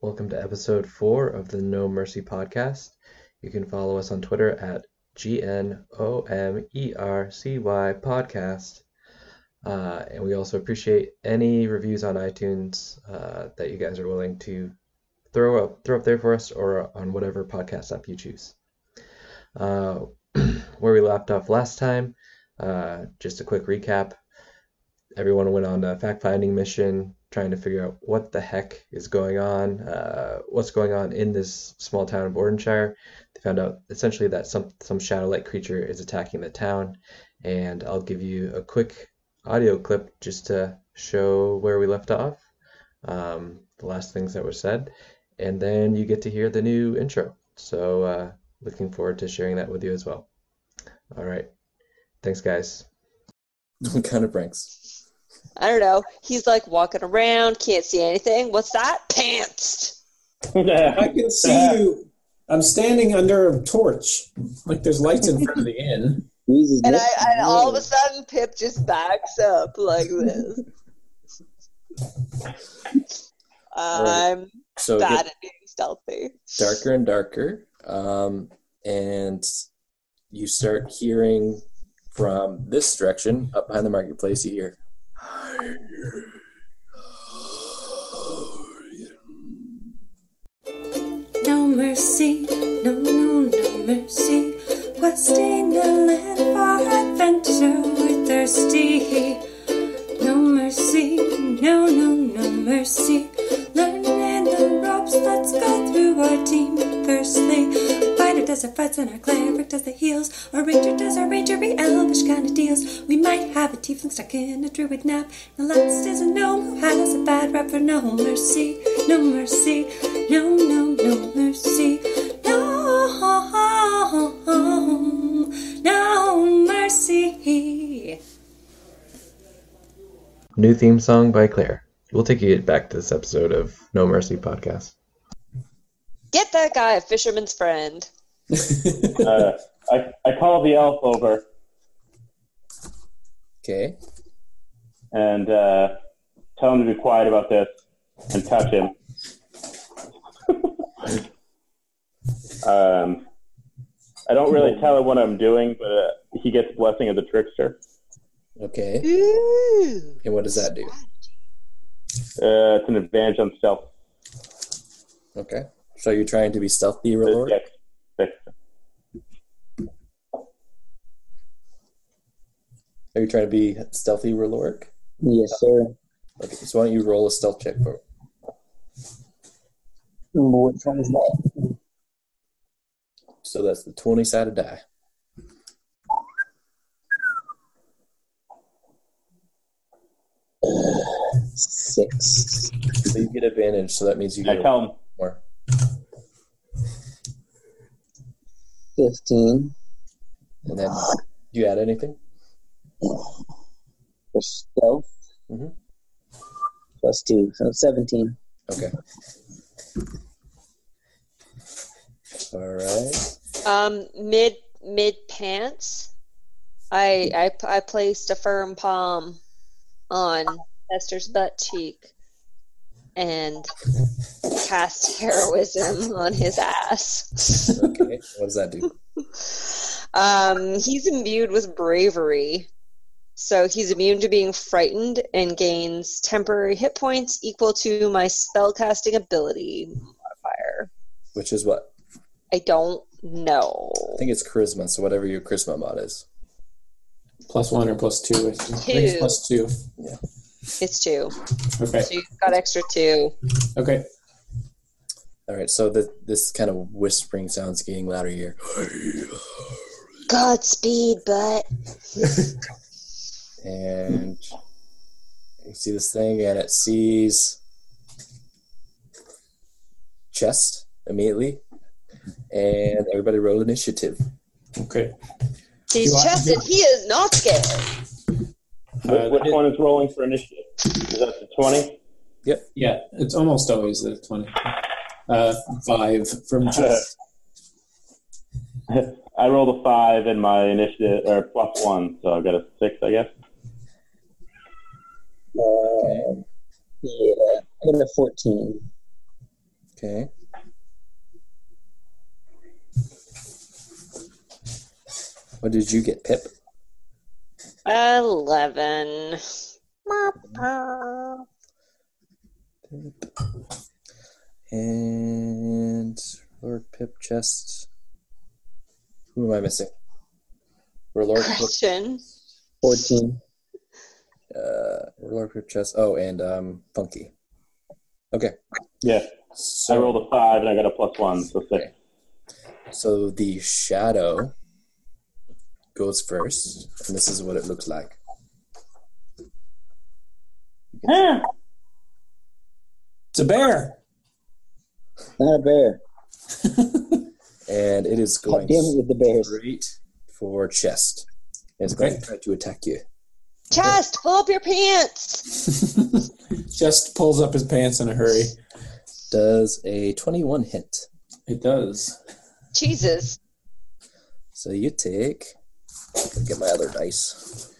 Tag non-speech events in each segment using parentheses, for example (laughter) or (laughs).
Welcome to episode four of the No Mercy podcast. You can follow us on Twitter at E G-N-O-M-E-R-C-Y podcast. Uh, and we also appreciate any reviews on iTunes uh, that you guys are willing to throw up throw up there for us or on whatever podcast app you choose. Uh, (clears throat) where we left off last time, uh, just a quick recap. Everyone went on a fact finding mission, trying to figure out what the heck is going on, uh, what's going on in this small town of Ordenshire. They found out essentially that some some shadow like creature is attacking the town, and I'll give you a quick audio clip just to show where we left off, um, the last things that were said, and then you get to hear the new intro. So, uh, looking forward to sharing that with you as well. All right. Thanks, guys. What kind of pranks? I don't know. He's like walking around, can't see anything. What's that? Pants. (laughs) I I can see you. I'm standing under a torch. Like there's lights in front of the inn. Jesus, And I Nick. and all of a sudden Pip just backs up like this. I'm So it bad gets at being stealthy. darker and darker. Um, and you start hearing from this direction up behind the marketplace, you hear. No mercy, no, no, no mercy. Questing the land for adventure, we're thirsty. No mercy, no, no, no mercy. Learning the ropes, let's go through our team firstly. Fighter does our fights and our cleric does the heals. Our ranger does our rangery, elvish kind of deals. We might have a tiefling stuck in a druid nap. The last is a gnome who has a bad rap for no mercy, no mercy, no, no, no mercy. No, no mercy. New theme song by Claire. We'll take you back to this episode of No Mercy podcast. Get that guy a fisherman's friend. (laughs) Uh, I, I call the elf over Okay. and uh, tell him to be quiet about this and touch him. (laughs) um, I don't really tell him what I'm doing, but uh, he gets blessing of the trickster. Okay. Ooh. And what does that do? Uh, it's an advantage on stealth. Okay. So you're trying to be stealthy, Lord? Dex- dex- Are you trying to be stealthy, Reloric? Yes, sir. Okay, so why don't you roll a stealth check for Which one is that? So that's the 20 sided die. Six. So you get advantage, so that means you I get a tell him, more. Fifteen. And then do you add anything? For stealth. Mhm. Plus two. So seventeen. Okay. All right. Um, mid mid pants, I, I p- I placed a firm palm on Esther's butt cheek and cast heroism on his ass. Okay. What does that do? Um, he's imbued with bravery, so he's immune to being frightened and gains temporary hit points equal to my spellcasting ability modifier. Which is what? I don't know. I think it's charisma. So whatever your charisma mod is. plus one or plus two. I think. I think it's Two. plus two. It's two, Okay. so you've got extra two. Okay. All right. So the, this kind of whispering sounds getting louder here. Godspeed, but And you see this thing, and it sees chest immediately. And everybody roll initiative. Okay. he's You are- chested. He is not scared. Uh, which, which one is rolling for initiative? Is that the 20? Yeah, it's almost always the twenty. Uh, five from just I rolled a 5 in my initiative, or plus 1, so I've got a 6, I guess. Uh, yeah. I got a fourteen. Okay. What did you get, Pip? 11. Pip. And Lord Pip chest. Who am I missing? Or (laughs) Lord Pip, Gretchen. 14. uh, Lord Pip chest. Oh, and um, Funky. Okay. Yeah. So, I rolled a five and I got a plus one, so six. Okay. So the shadow goes first, and this is what it looks like. Ah, It's a bear. (laughs) Not a bear. And it is God going damn it with the bears. straight for chest. It's going to try to attack you. Chest, pull up your pants. Just pulls up his pants in a hurry. Does a 21 hit. It does. Jesus. So you take. Get my other dice.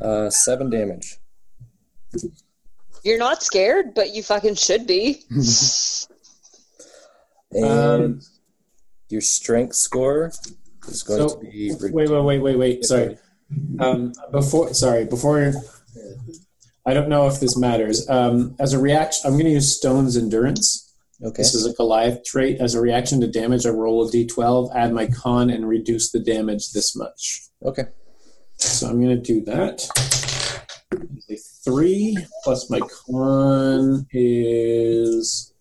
Uh, seven damage. You're not scared, but you fucking should be. And Um, your strength score is going So- to be. re- Wait, wait, wait, wait, wait. Sorry. Um, before, sorry, before. I don't know if this matters. Um, as a reaction, I'm going to use Stone's Endurance. Okay. This is a Goliath trait. As a reaction to damage, I roll a d12, add my con, and reduce the damage this much. Okay. So I'm going to do that. A three plus my con is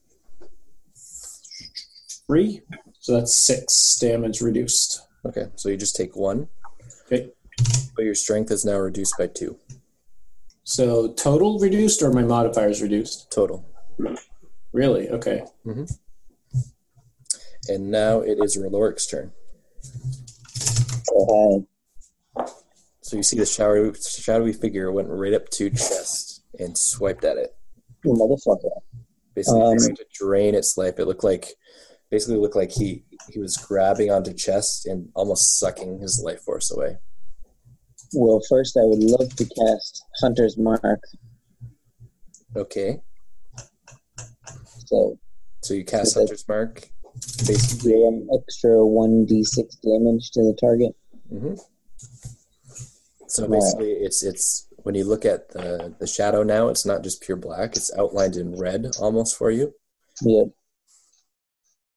three. So that's six damage reduced. Okay. So you just take one, Okay. but your strength is now reduced by two So total reduced or my modifier is reduced? total. Really? Okay. And now it is Roloric's turn. So, So you see the shadowy, shadowy figure went right up to chest and swiped at it. hey, you motherfucker. basically Um, trying to drain its life. It looked like basically looked like he he was grabbing onto chest and almost sucking his life force away. Well, first, I would love to cast Hunter's Mark. Okay, So, so you cast Okay. Hunter's Mark. Basically, do an extra 1d6 damage to the target. hmm so basically, it's it's when you look at the the shadow now, it's not just pure black. It's outlined in red almost for you. Yeah,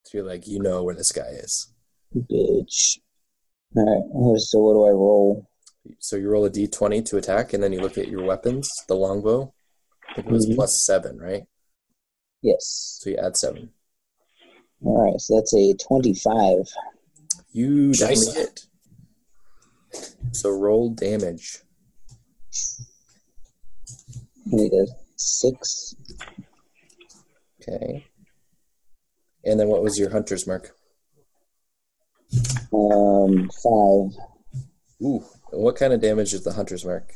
So you're like, you know where this guy is. bitch. Alright, so what do I roll? So you roll a d20 to attack, and then you look at your weapons, the longbow. I think it was Mhm. plus seven, right? Yes. So you add seven. All right, so that's a 25. You definitely Nice. hit. So roll damage. I need a 6. Okay. And then what was your hunter's mark? Um, 5. Ooh. What kind of damage is the hunter's mark?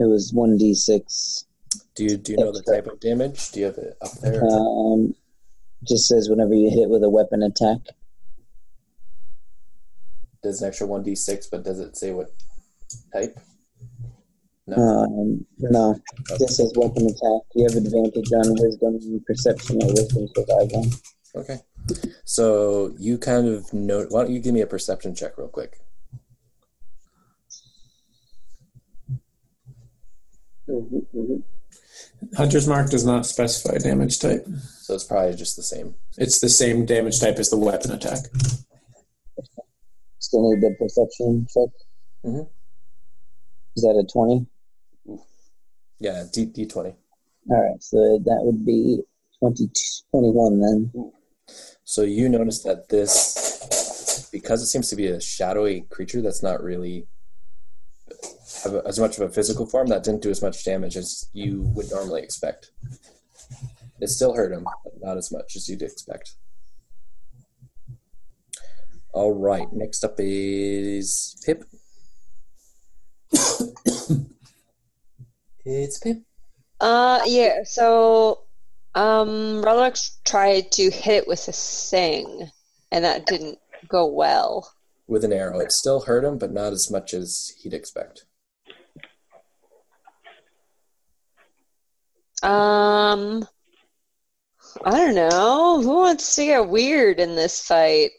It was 1d6. Do you do you know the type of damage? Do you have it up there? Um, just says whenever you hit it with a weapon attack. Does an extra one d six, but does it say what type? No. Um, no, this says weapon attack. You have advantage on wisdom, perception, or wisdom survival. Okay. So you kind of know. Why don't you give me a perception check real quick? Mhm, mhm. Hunter's Mark does not specify damage type. So it's probably just the same. It's the same damage type as the weapon attack. Still need the perception check. Mhm. Is that a 20? Yeah. D D twenty. All right, so that would be 20, 21 then. So you notice that this, because it seems to be a shadowy creature that's not really have as much of a physical form, that didn't do as much damage as you would normally expect. It still hurt him, but not as much as you'd expect. All right, next up is Pip. (coughs) it's Pip. Uh, yeah, so, um, Rolex tried to hit it with a thing, and that didn't go well. With an arrow. It still hurt him, but not as much as he'd expect. Um, I don't know. Who wants to get weird in this fight?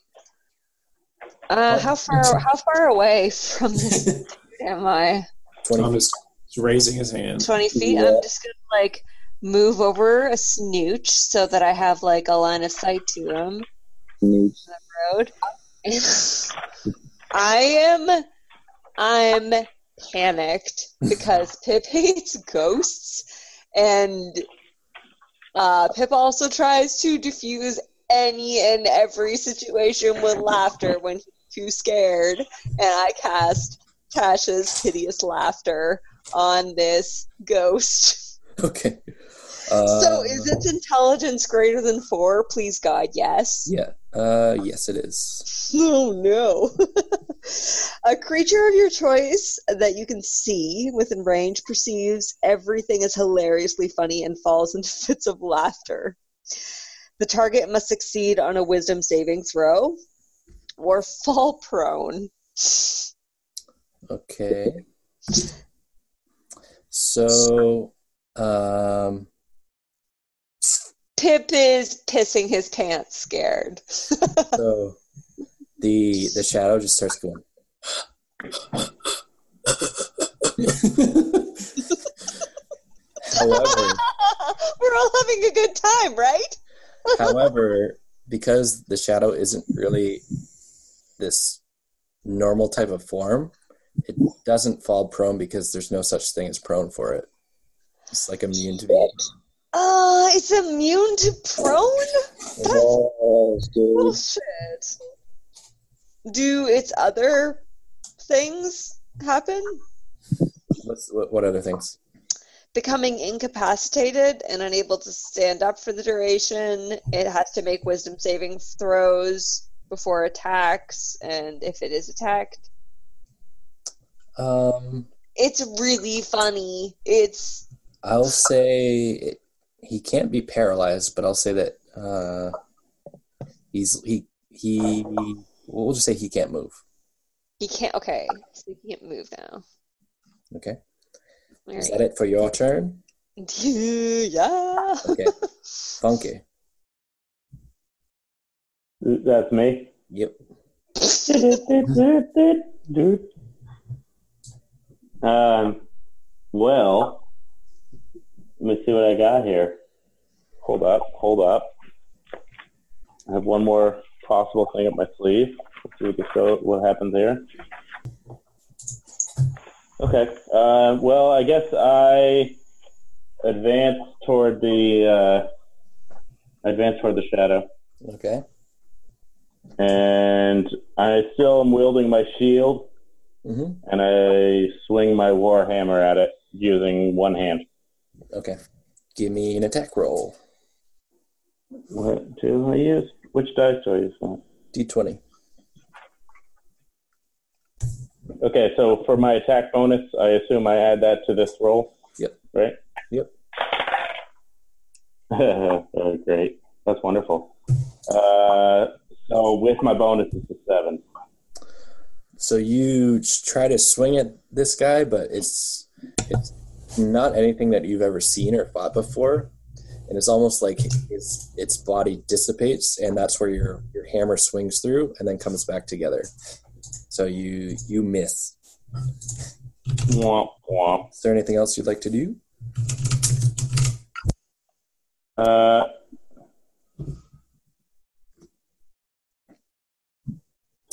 Uh, how far? How far away from this am I? Tom is raising his hand. Twenty feet. Yeah. I'm just gonna like move over a snooch so that I have like a line of sight to him. News. road. I am I'm panicked because Pip hates ghosts and uh, Pip also tries to diffuse any and every situation with laughter when he's too scared and I cast Tasha's hideous laughter on this ghost. (laughs) (laughs) Okay. Uh, so is its intelligence greater than four? Please God, yes. Yeah. Uh, yes, it is. (laughs) Oh no. a creature of your choice that you can see within range perceives everything as hilariously funny and falls into (laughs) fits of laughter. The target must succeed on a wisdom saving throw or fall prone. Okay. So, um, Pip is pissing his pants scared. so the the shadow just starts going. however, (laughs) We're all having a good time, right? however, because the shadow isn't really this normal type of form, it doesn't fall prone because there's no such thing as prone for it. It's like immune to being Uh, it's immune to prone? Walls, dude. Bullshit. Do its other things happen? What's, what, what other things? Becoming incapacitated and unable to stand up for the duration. It has to make wisdom saving throws before attacks, and if it is attacked, Um, it's really funny. It's I'll say it, he can't be paralyzed, but I'll say that uh, he's he he. We'll just say he can't move. he can't. Okay, so he can't move now. Okay, All is right. that it for your turn? yeah. Okay, funky. That's me. Yep. Um, well, let me see what I got here. Hold up, hold up. I have one more possible thing up my sleeve. Let's see what, this go, what happens here. Okay. Uh, well, I guess I advance toward the uh, advance toward the shadow Okay. and I still am wielding my shield, hmm and I swing my war hammer at it using one hand. Okay. Give me an attack roll. What do I use? Which dice do I use? D20. Okay, so for my attack bonus, I assume I add that to this roll. Yep. Right. Yep. (laughs) oh, great. That's wonderful. Uh, so with my bonus, it's a seven. So you ch- try to swing at this guy, but it's it's not anything that you've ever seen or fought before, and it's almost like its its body dissipates, and that's where your your hammer swings through and then comes back together. So you you miss. Womp womp. Is there anything else you'd like to do? Uh,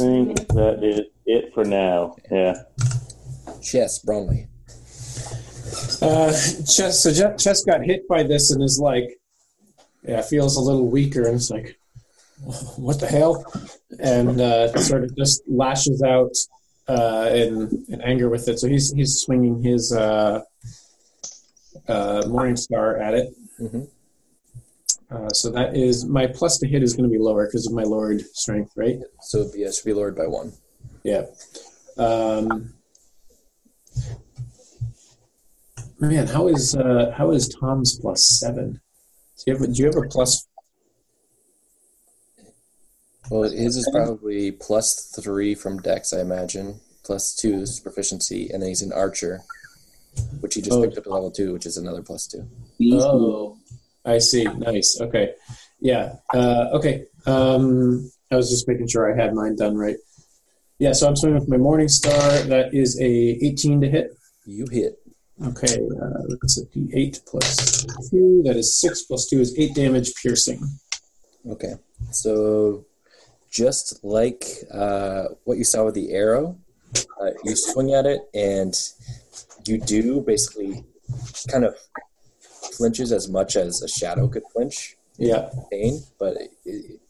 I think that is it for now. Yeah. Chess, Bromley. Uh, Chess, so Je- Chess got hit by this and is like, yeah, feels a little weaker and it's like, what the hell? And uh, sort of just lashes out uh, in, in anger with it. So he's he's swinging his uh, uh, Morning Star at it. Mhm. Uh, so that is my plus to hit is going to be lower because of my lowered strength, right? So it'd be, it should be lowered by one. Yeah. Um, man, how is uh, how is Tom's plus seven? Do you have a, do you have a plus? Well, his is probably plus three from Dex, I imagine. Plus two is proficiency, and then he's an archer, which he just Oh. picked up at level two, which is another plus two. beast. Oh, I see. Nice. Okay. Yeah. Uh, okay. Um, I was just making sure I had mine done right. Yeah. So I'm swinging with my Morning Star. That is a 18 to hit. You hit. Okay. Uh, that's a D8 plus two. That is six plus two is eight damage piercing. Okay. So, just like uh, what you saw with the arrow, uh, you swing at it and you do basically kind of flinches as much as a shadow could flinch Yeah. pain, but it, it,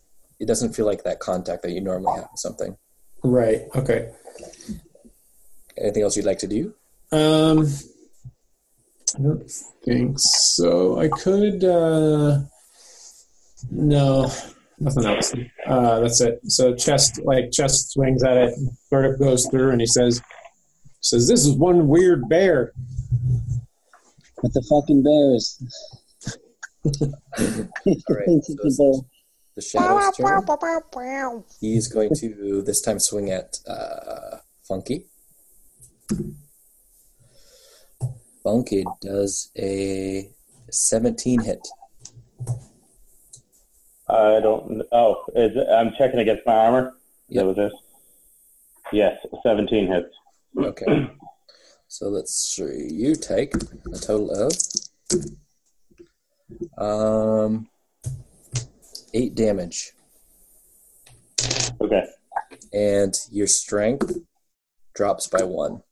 it doesn't feel like that contact that you normally have with something. Right. Okay. Anything else you'd like to do? Um, I don't think so. I could. Uh, no, nothing else. Uh, that's it. So chest, like chest, swings at it, sort of goes through, and he says, "says This is one weird bear." (laughs) With the fucking bears. All right, Thank so you, it's- people. The shadow's turn. He's going to this time swing at uh, Funky. Funky does a 17 hit. I don't. Oh, is it, I'm checking against my armor. Yep. That was this. Yes, 17 hits. Okay. (clears throat) So let's see. You take a total of um eight damage, Okay. and your strength drops by one.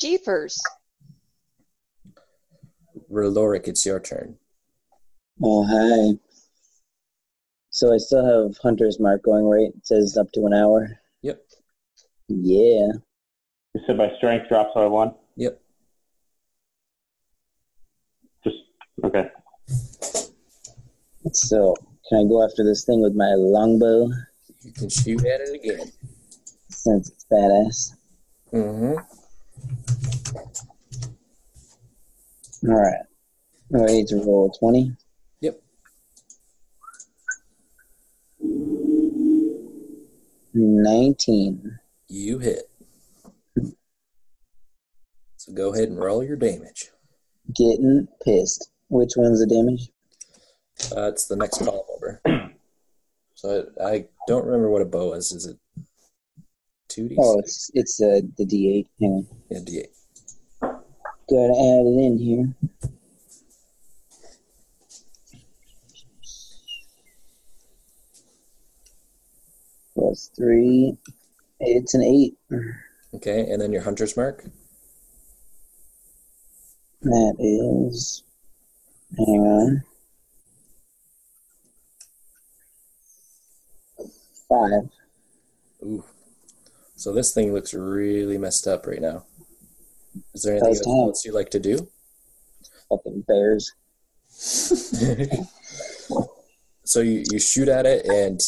Jeepers. Reloric, it's your turn. Oh, hi. So I still have Hunter's Mark going, right? It says up to an hour. Yep. Yeah. You said my strength drops by one. Yep. Just okay. So can I go after this thing with my longbow You can shoot at it again. since it's badass? Mm-hmm. All right. Oh, I need to roll a 20. Yep. Nineteen. You hit. So go ahead and roll your damage. Getting pissed. Which one's the damage? Uh, it's the next column over. So I, I don't remember what a bow is. Is it two d Oh, it's it's uh, the D8. Hang on. yeah, d eight? Gotta add it in here. Plus three. It's an eight. Okay, and then your hunter's mark. That is. Hang on. Five. Ooh. So this thing looks really messed up right now. Is there Nice anything time. else you'd like to do? Fucking bears. (laughs) so you, you shoot at it and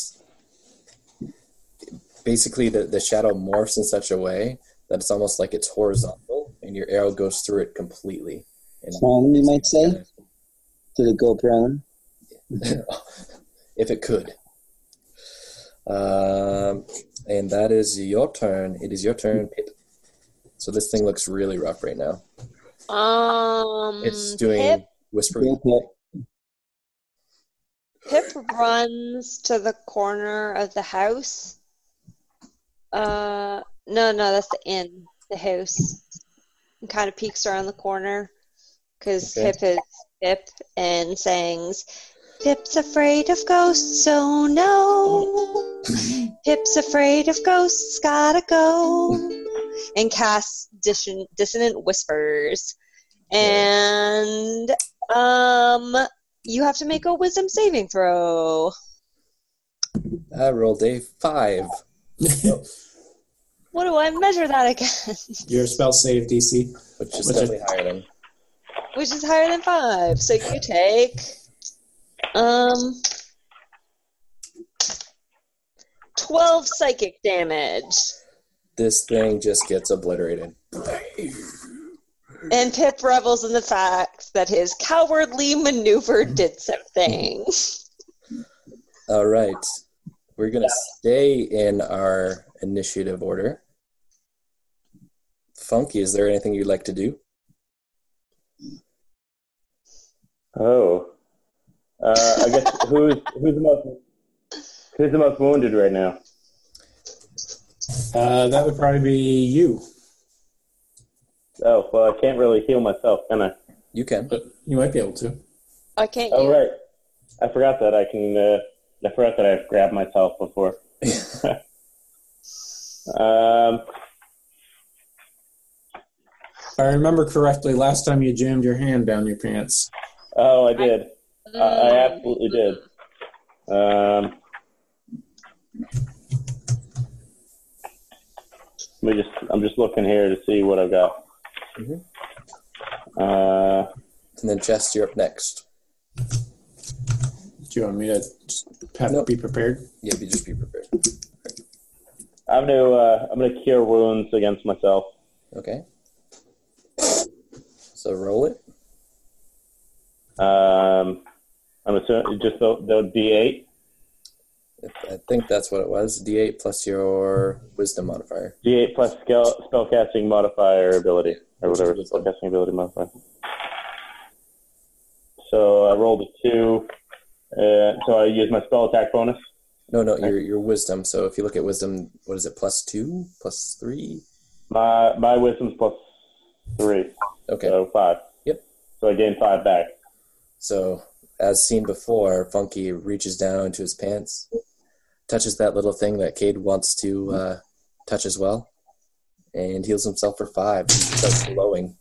basically the, the shadow morphs in such a way that it's almost like it's horizontal and your arrow goes through it completely. And Prone, you might say? Did it go prone? if it could. Um, and that is your turn. It is your turn, Pip. So this thing looks really rough right now. Um, It's doing Pip, whispering. Okay. Pip runs to the corner of the house. Uh, no, no, that's the inn, the house. And kind of peeks around the corner because Okay. Pip is Pip and sings, Pip's afraid of ghosts, so no. Pip's afraid of ghosts, gotta go. And casts disson- dissonant whispers. And um, you have to make a wisdom saving throw. I rolled a five. What do I measure that against? (laughs) Your spell save DC. which is Which definitely higher than. Which is higher than five. So you take um twelve psychic damage. This thing just gets obliterated. And Pip revels in the fact that his cowardly maneuver did something. All right, we're gonna stay in our initiative order. Funky, is there anything you'd like to do? Oh, uh, I guess who's who's the most who's the most wounded right now? Uh, that would probably be you. Oh, well, I can't really heal myself, can I? You can. But you might be able to. I can't. Oh, heal. right. I forgot that I can. Uh, I forgot that I've grabbed myself (laughs) before. (laughs) um, If I remember correctly, last time you jammed your hand down your pants. oh, I did. I, I Mm, absolutely did. Um, let me just. I'm just looking here to see what I've got. Mhm. Uh, And then Jess, you're up next. Do you want me to just have Nope. be prepared? Yeah, be just be prepared. I'm gonna. Uh, I'm gonna cure wounds against myself. Okay. So roll it. Um, I'm assuming just the, the D8. If- I think that's what it was. D8 plus your wisdom modifier. D8 plus spell spellcasting modifier ability or Which is whatever wisdom. spellcasting ability modifier. So I rolled a two. Uh, so I use my spell attack bonus. No, no, your your wisdom. So if you look at wisdom, what is it? Plus two, plus three. My my wisdom's plus three, Okay. so five. Yep. So I gain five back. (laughs) So, as seen before, Funky reaches down into his pants, touches that little thing that Cade wants to uh, touch as well, and heals himself for five. He starts glowing.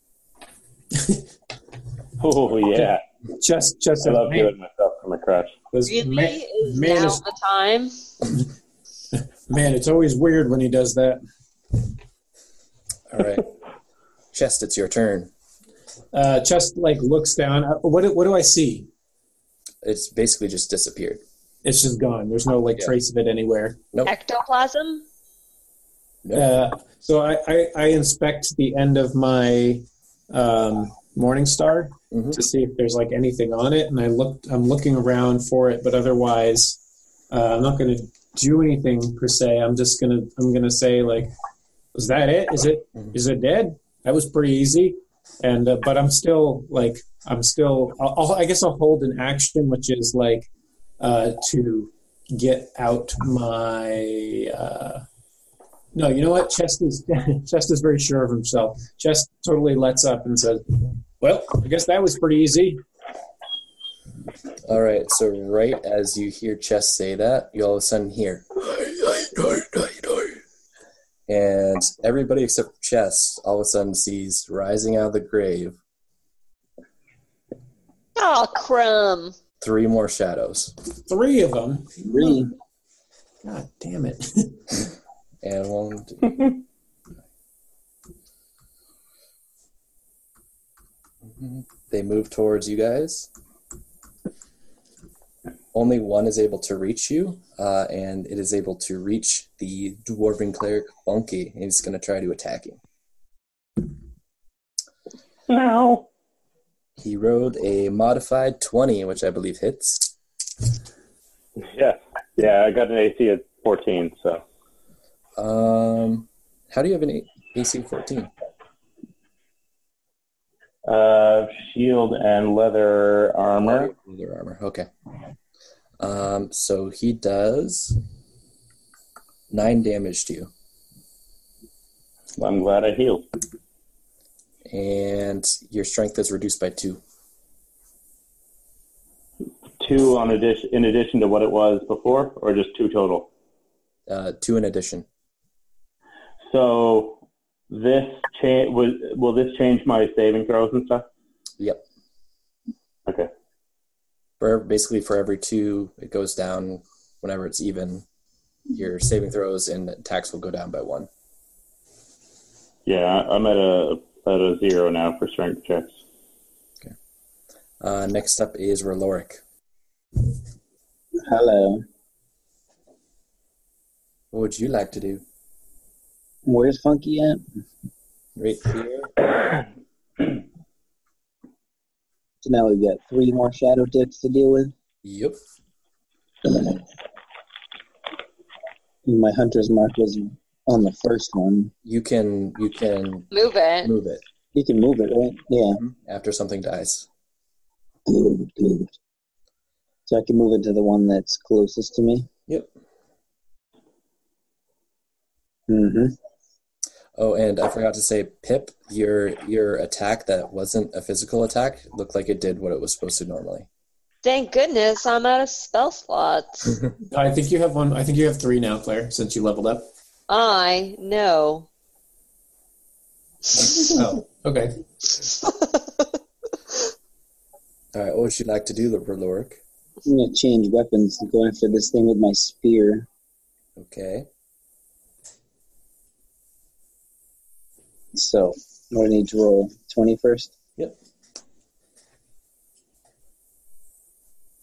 Oh yeah, Just, just I love man, healing myself from my crotch. this Really? man, is man now is- the time? man, it's always weird when he does that. All right. Chest, it's your turn. Uh, just like looks down. Uh, What, do- what do I see? It's basically just disappeared. It's just gone. There's no like Yeah. trace of it anywhere. Ectoplasm? Uh, so I, I, I inspect the end of my um, morning star Mhm. to see if there's like anything on it, and I looked. I'm looking around for it, but otherwise, uh, I'm not going to do anything per se. I'm just gonna I'm gonna say like, is that it? Is it is Mhm. it dead? That was pretty easy, and uh, but I'm still like I'm still. I'll, I'll, I guess I'll hold an action, which is like uh, to get out my. Uh, no, you know what? Chest is (laughs) Chest is very sure of himself. Chest totally lets up and says, "Well, I guess that was pretty easy." All right. So, right as you hear Chest say that, you all of a sudden hear. And everybody except Chest all of a sudden sees rising out of the grave Oh, crumb. three more shadows. Three of them. Three. God damn it! (laughs) And one. Two. they move towards you guys. Only one is able to reach you, uh, and it is able to reach the dwarven cleric Bunky. and He's going to try to attack you. No. He rolled a modified 20, which I believe hits. Yeah, yeah. I got an AC at 14, so Um, how do you have an A- AC 14? uh, shield and leather armor. Leather armor. Okay. Um, so he does nine damage to you, I'm glad I healed. and your strength is reduced by two. Two on addition in addition to what it was before, or just two total. Uh, two in addition. So this change will will this change my saving throws and stuff? Yep. Okay. For basically for every two, it goes down. Whenever it's even, your saving throws and attacks will go down by one. Yeah, I- I'm at a at a zero now for strength checks. Uh, next up is Reloric. Hello. What would you like to do? Where's Funky at? Right here. So now we've got three more shadow dicks to deal with. Yep. My hunter's mark was on the first one. You can you can Move it. move it You can move it, right? Yeah. after something dies. Good, good. So I can move into the one that's closest to me. Yep. Mm-hmm. Oh, and I forgot to say, Pip, your your attack that wasn't a physical attack looked like it did what it was supposed to normally. Thank goodness I'm out of spell slots. I think you have one. I think you have three now, Claire, since you leveled up. I (laughs) know. Oh, okay. All right, what would you like to do, Loric? I'm gonna change weapons and go after this thing with my spear. Okay. So what do I need to roll? Twenty first? Yep.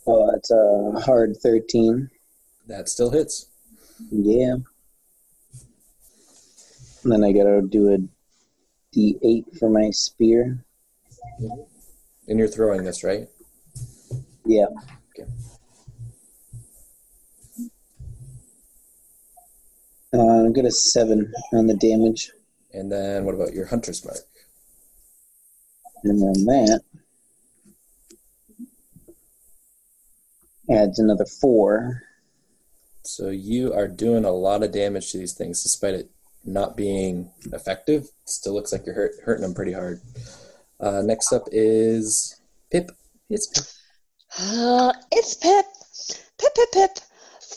Oh, that's a hard thirteen. That still hits. Yeah. And then I gotta do a D eight for my spear. And you're throwing this, right? Yeah. Okay. Uh, I'm gonna seven on the damage. And then what about your hunter's mark? And then that adds another four. So you are doing a lot of damage to these things, despite it not being effective. Still looks like you're hurt, hurting them pretty hard. Uh, next up is Pip. It's Pip. Uh, it's Pip. Pip, Pip, Pip.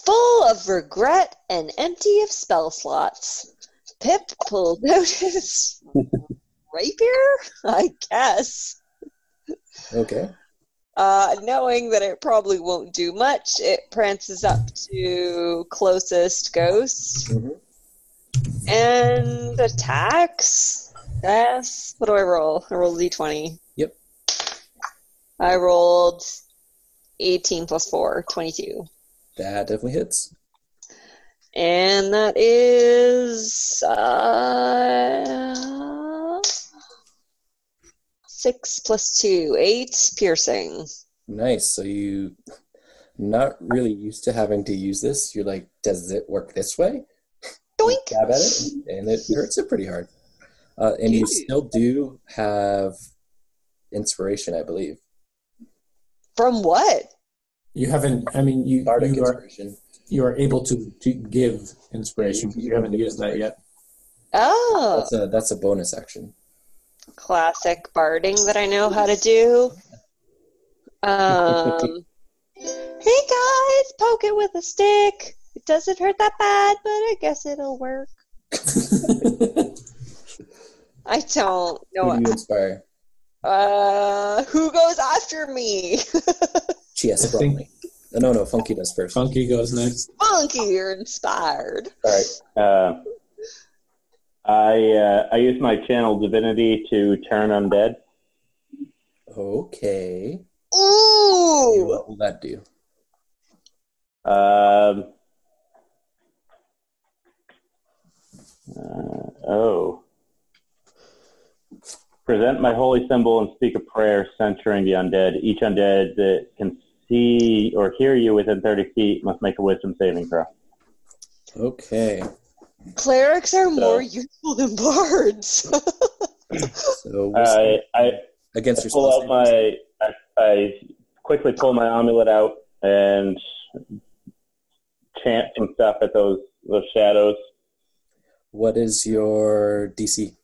Full of regret and empty of spell slots. Pip pulled out his rapier, I guess. Okay. Uh, knowing that it probably won't do much, it prances up to closest ghost Mhm. Mm-hmm. and attacks. Yes. What do I roll? I roll d20. Yep. I rolled 18 plus 4, 22. That definitely hits. And that is uh, 6 plus 2, 8 piercing. Nice. So you not really used to having to use this. You're like, does it work this way? Doink! Stab at it, and it hurts it pretty hard. Uh, and you still do have inspiration, I believe. From what? You haven't. I mean, you Bardic you are inspiration. you are able to to give inspiration. You haven't used that (laughs) yet. Oh, That's a that's a bonus action. classic barding that I know how to do. Um, hey guys, poke it with a stick. It doesn't hurt that bad, but I guess it'll work. I don't Who know. do you inspire? Uh, who goes after me? (laughs) G.S. I think- Bromley. Uh, No, no, Funky does first. Funky goes next. Funky, you're inspired. All right. Uh, I uh, I use my channel divinity to turn undead. Okay. Oh. Ooh, What will that do? Um, uh, oh. Present my holy symbol and speak a prayer centering the undead. Each undead that can see or hear you within 30 feet must make a wisdom saving throw. Okay. clerics are more So- useful than bards. (laughs) So we'll I, see. Uh, I, against I your pull spell out saving- my. I, I quickly pull my amulet out and chant some stuff at those those shadows. What is your DC?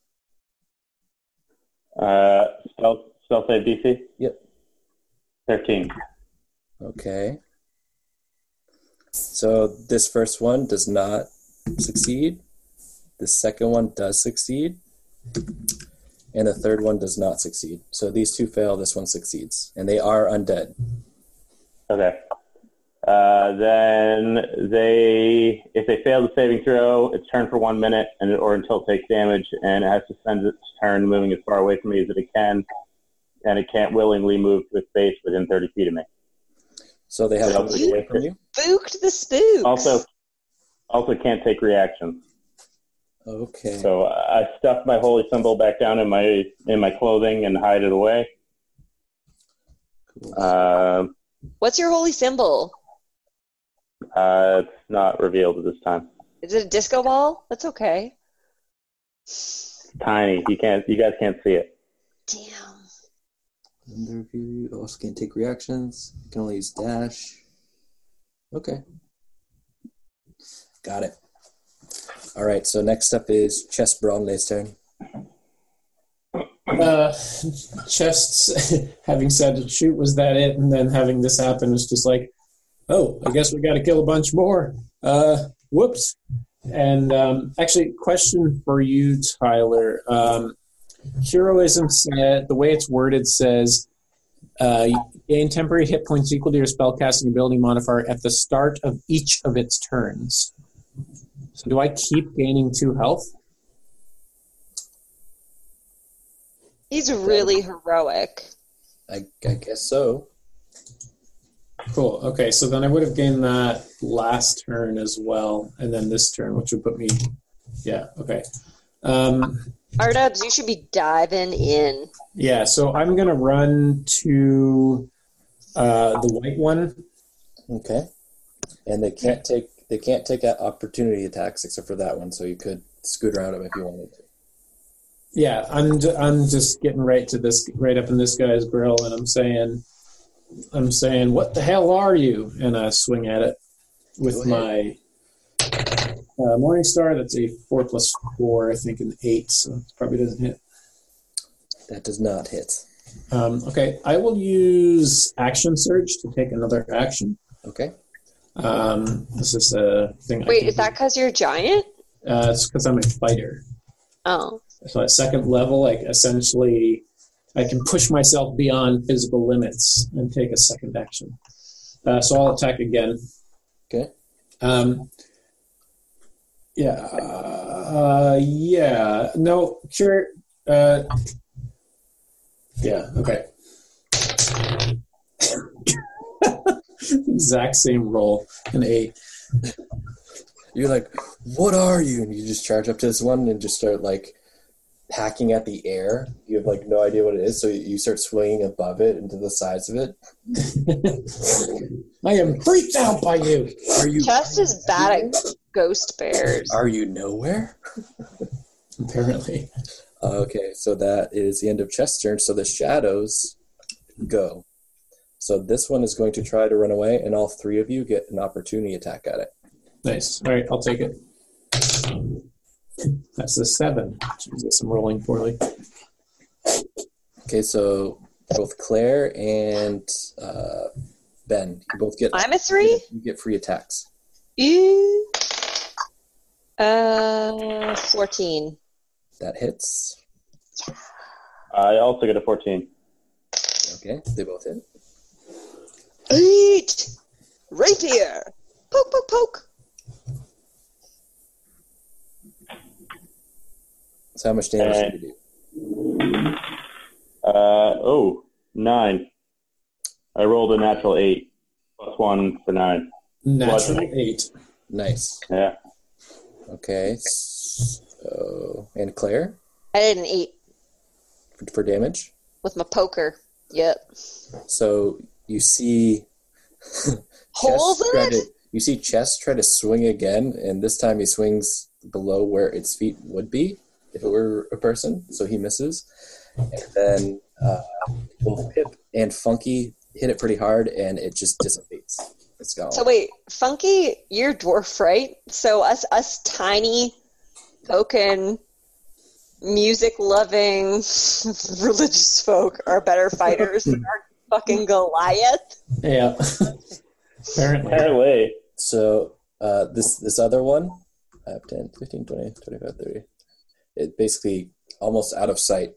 Uh, spell spell save DC. Yep. Thirteen. Okay. So this first one does not succeed. The second one does succeed. And the third one does not succeed. So these two fail, this one succeeds. And they are undead. Okay. Uh, then they, if they fail the saving throw, it's turned for one minute and or until it takes damage, and it has to spend its turn moving as far away from me as it can, and it can't willingly move to a space within 30 feet of me. So they have Yeah, to move away from you. Spooked the spooks. Also, also can't take reactions. Okay. So I stuff my holy symbol back down in my in my clothing and hide it away. Cool. Um what's your holy symbol? uh, it's not revealed at this time. Is it a disco ball? That's okay. Tiny. You can't. You guys can't see it. Damn. Under review. You also can't take reactions. You can only use dash. Okay. Got it. All right. So next up is Chess Brownley's turn. Uh, chests, (laughs) having said shoot, was that it? And then having this happen was just like, oh, I guess we got to kill a bunch more. Uh, whoops. And um, actually, question for you, Tyler. Um, heroism said the way it's worded says uh, you gain temporary hit points equal to your spellcasting ability modifier at the start of each of its turns. So do I keep gaining two health? He's really heroic. I, I guess so. Cool. Okay, so then I would have gained that last turn as well, and then this turn, which would put me. Yeah. Okay. Um, Ardubs, you should be diving in. yeah. So I'm gonna run to uh, the white one. Okay. And they can't take they can't take out opportunity attacks except for that one. So you could scoot around them if you wanted to. Yeah, I'm. Ju- I'm just getting right to this, right up in this guy's grill, and I'm saying, I'm saying, what the hell are you? And I swing at it with Go my uh, morning star. That's a four plus four, I think, an eight, so it probably doesn't hit. That does not hit. Um, okay, I will use action surge to take another action. Okay. Um, this is a thing. I Wait, can is that because you're a giant? do. Uh, it's because I'm a fighter. Oh, So at second level, like essentially, I can push myself beyond physical limits and take a second action. Uh, so I'll attack again. Okay. Um, yeah. Uh, yeah. No. Cure. Uh, yeah. Okay. (laughs) exact same roll. An eight. (laughs) You're like, what are you? And you just charge up to this one and just start like packing at the air. You have like no idea what it is, so you start swinging above it and to the sides of it. I am freaked out by you. Are you Chest is bad at ghost bears. are you nowhere? Apparently. Okay, so that is the end of chess turn. So the shadows go. So this one is going to try to run away, and all three of you get an opportunity attack at it. Nice. All right, I'll take it. That's a seven. Jesus, I'm rolling poorly. Okay, so both Claire and uh, Ben, you both get I'm a three? you get free attacks. Ew. Uh, 14. That hits. I also get a 14. Okay, they both hit. Eat! Rapier! Poke, poke, poke! So how much damage Uh, did you do? Uh, oh, nine. I rolled a natural eight, plus one for nine. Natural Bludgeoning. eight. Nice. Yeah. Okay. So and Claire I didn't eat for, for damage. with my poker. Yep. So you see Holes Chess try in it? to- you see Chess try to swing again, and this time he swings below where its feet would be if it were a person, so he misses. And then uh, both Pip and Funky hit it pretty hard, and it just dissipates. It's gone. So wait, Funky, you're dwarf, right? So us, us tiny, token, music-loving, (laughs) religious folk are better fighters than our fucking Goliath. Yeah. Apparently. (laughs) Apparently. So uh, this this other one, I have 10, 15, 20, 25, 30. It basically almost out of sight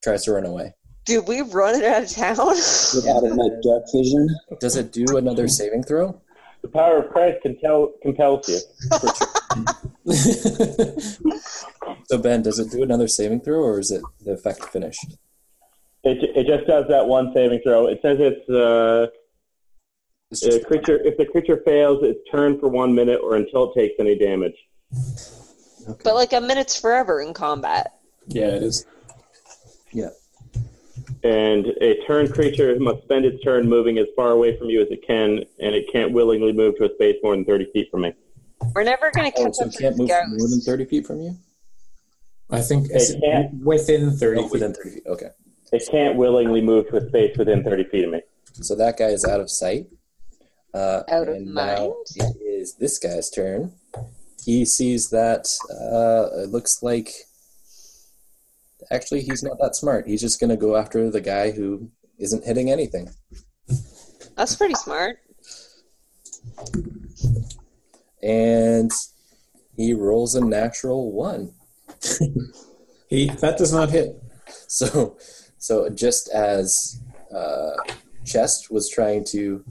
tries to run away. Dude, we run it out of town. (laughs) Out of my dark vision. Does it do another saving throw? The power of Christ compel, compels you. So Ben, does it do another saving throw, or is it the effect finished? It, it just does that one saving throw. It says it's uh, It's a just- creature. If the creature fails, it's turned for one minute or until it takes any damage. but like a minute's forever in combat. yeah, it is. And a turned creature must spend its turn moving as far away from you as it can, and it can't willingly move to a space more than 30 feet from me. We're never gonna catch oh, so up it to can't move these more than ghosts. thirty feet from you. I think It can't. within 30 Oh, within thirty feet. Okay. It can't willingly move to a space within 30 feet of me. (laughs) So that guy is out of sight. Uh, Out of and now mind? It is this guy's turn. He sees that uh, it looks like. Actually, he's not that smart. He's just going to go after the guy who isn't hitting anything. That's pretty smart. And he rolls a natural one. He that does not hit. So, so just as uh, Chest was trying to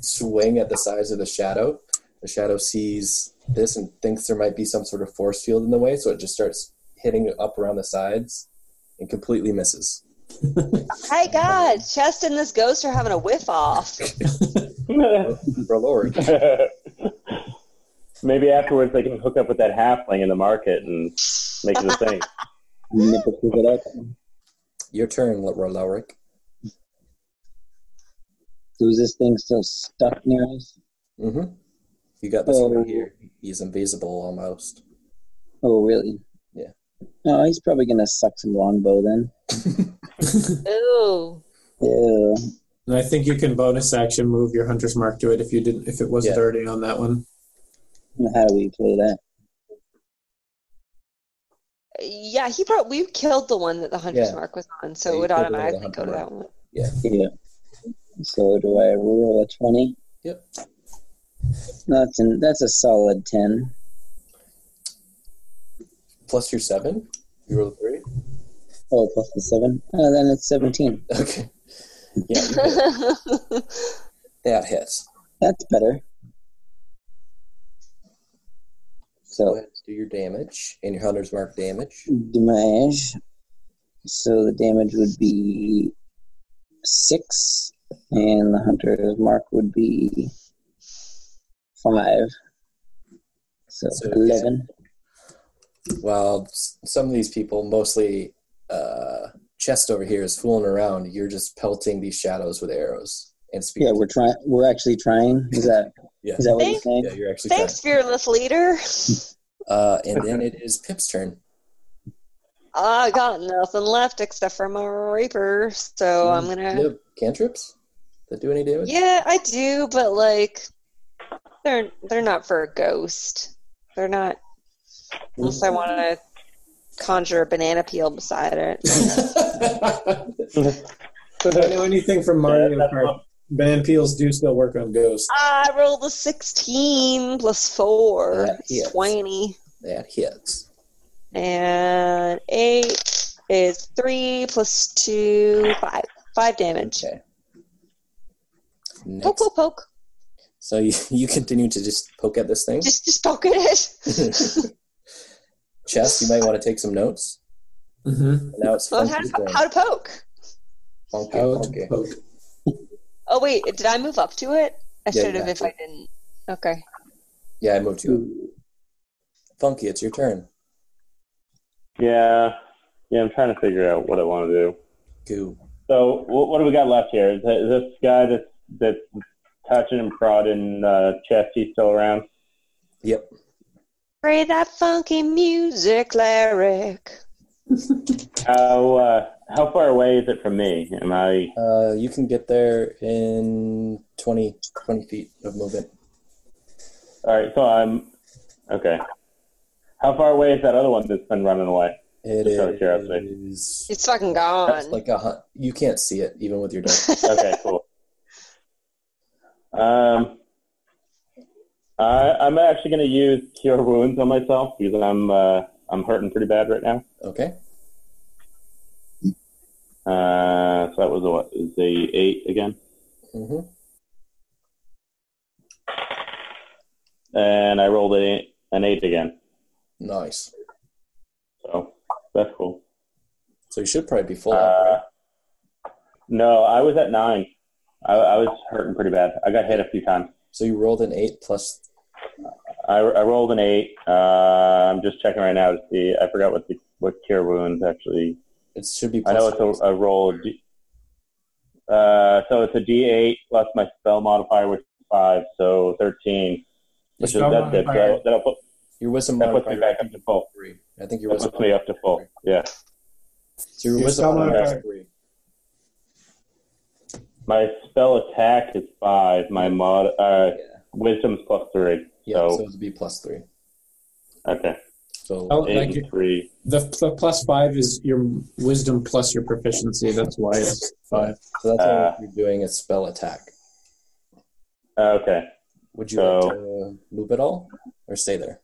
swing at the size of the shadow, the shadow sees this and thinks there might be some sort of force field in the way, so it just starts hitting up around the sides and completely misses. (laughs) Hey, God, Chest and this ghost are having a whiff off. Roll over. Maybe afterwards they can hook up with that halfling in the market and make it a thing. Nip it, pick it up. Your turn, L- Ro- Lowrick. So is this thing still stuck near us? Mm-hmm. You got this one Oh. here. He's invisible almost. Oh, really? Yeah. No, he's probably gonna suck some longbow then. Ooh. Ew. And I think you can bonus action move your hunter's mark to it if you didn't if it wasn't Yeah. already on that one. How do we play that? Yeah, he probably we killed the one that the hunter's Yeah. mark was on, so Yeah, it you would killed the one with the automatically go to hunter that one. Yeah. So do I roll a twenty? Yep. That's an that's a solid ten. Plus your seven. You roll a three. (laughs) Oh, plus the seven. Oh, then it's seventeen. Okay. Yeah, you (laughs) hit. that hits. That's better. Go So ahead and do your damage and your hunter's mark damage. damage. So the damage would be six, and the hunter's mark would be five. So, So- eleven. While s- some of these people, mostly uh, chest over here, is fooling around, you're just pelting these shadows with arrows and spear. Yeah, we're trying. We're actually trying. Is that yeah. is that what you're Thank- saying? yeah, you're actually trying. (laughs) Thanks, (laughs) fearless leader. Uh, and then it is Pip's turn. Ah, I got nothing left except for my reaper, so I'm Do you gonna. have cantrips that do any damage? Yeah, I do, but like, they're they're not for a ghost. They're not unless I want to Mm-hmm. conjure a banana peel beside it. I know anything from Mario Yeah, Kart. Ban peels do still work on ghosts. Ah, I rolled a 16 plus 4, That hits. 20, (laughs) That hits. and 8 is 3 plus 2, 5. 5 damage. Okay. Poke, Next. poke, poke. So you, (laughs) you continue to just poke at this thing. Just, just poke at it. (laughs) Chest, you might want to take some notes. Mm-hmm. Now it's Oh, funky. how, to, turn. how to poke. Funky, funky. Poke. Oh wait, did I move up to it? I Yeah, should have yeah. if I didn't. Okay. Yeah, I moved you. up. Funky, it's your turn. Yeah. Yeah, I'm trying to figure out what I want to do. Goo. So what, what do we got left here? Is, that, is this guy that's, that's touching and prodding uh, chest, he's still around? Yep. Play that funky music, lyric. How, uh, how far away is it from me? Am I... Uh, you can get there in 20, 20 feet of movement. All right, so I'm... Okay. How far away is that other one that's been running away? It Just out of curiosity. is It's fucking that's gone. like a hun- you can't see it even with your dark. okay, cool. Um, I, I'm actually going to use cure wounds on myself because I'm uh, I'm hurting pretty bad right now. Okay. Uh, so that was a what? It was a eight again, hmm and I rolled an eight, an eight again. Nice. So that's cool. So you should probably be full. up, Uh, no, I was at nine. I, I was hurting pretty bad. I got hit a few times. So you rolled an eight plus. I, I rolled an eight. Uh, I'm just checking right now to see. I forgot what the what cure wounds actually It should be. I Plus know it's a, a roll. of D, uh, so it's a D8 plus my spell modifier, which is five, so 13. Which is Spell that's good. So modifier. that'll, that'll put, your wisdom uh, that puts me modifier. back up to full. three. I think your That wisdom. puts me up to full. Yeah. So your Your wisdom spell modifier is modifier. three. My spell attack is five. My mod, uh, Yeah. wisdom's plus three. Yeah. So- So, it'd be plus three. Okay, So Oh, eight like and you- three. the, the plus five is your wisdom plus your proficiency. That's why it's five. So that's Uh, what you're doing a spell attack. Okay, Would you so- like to move at all or stay there?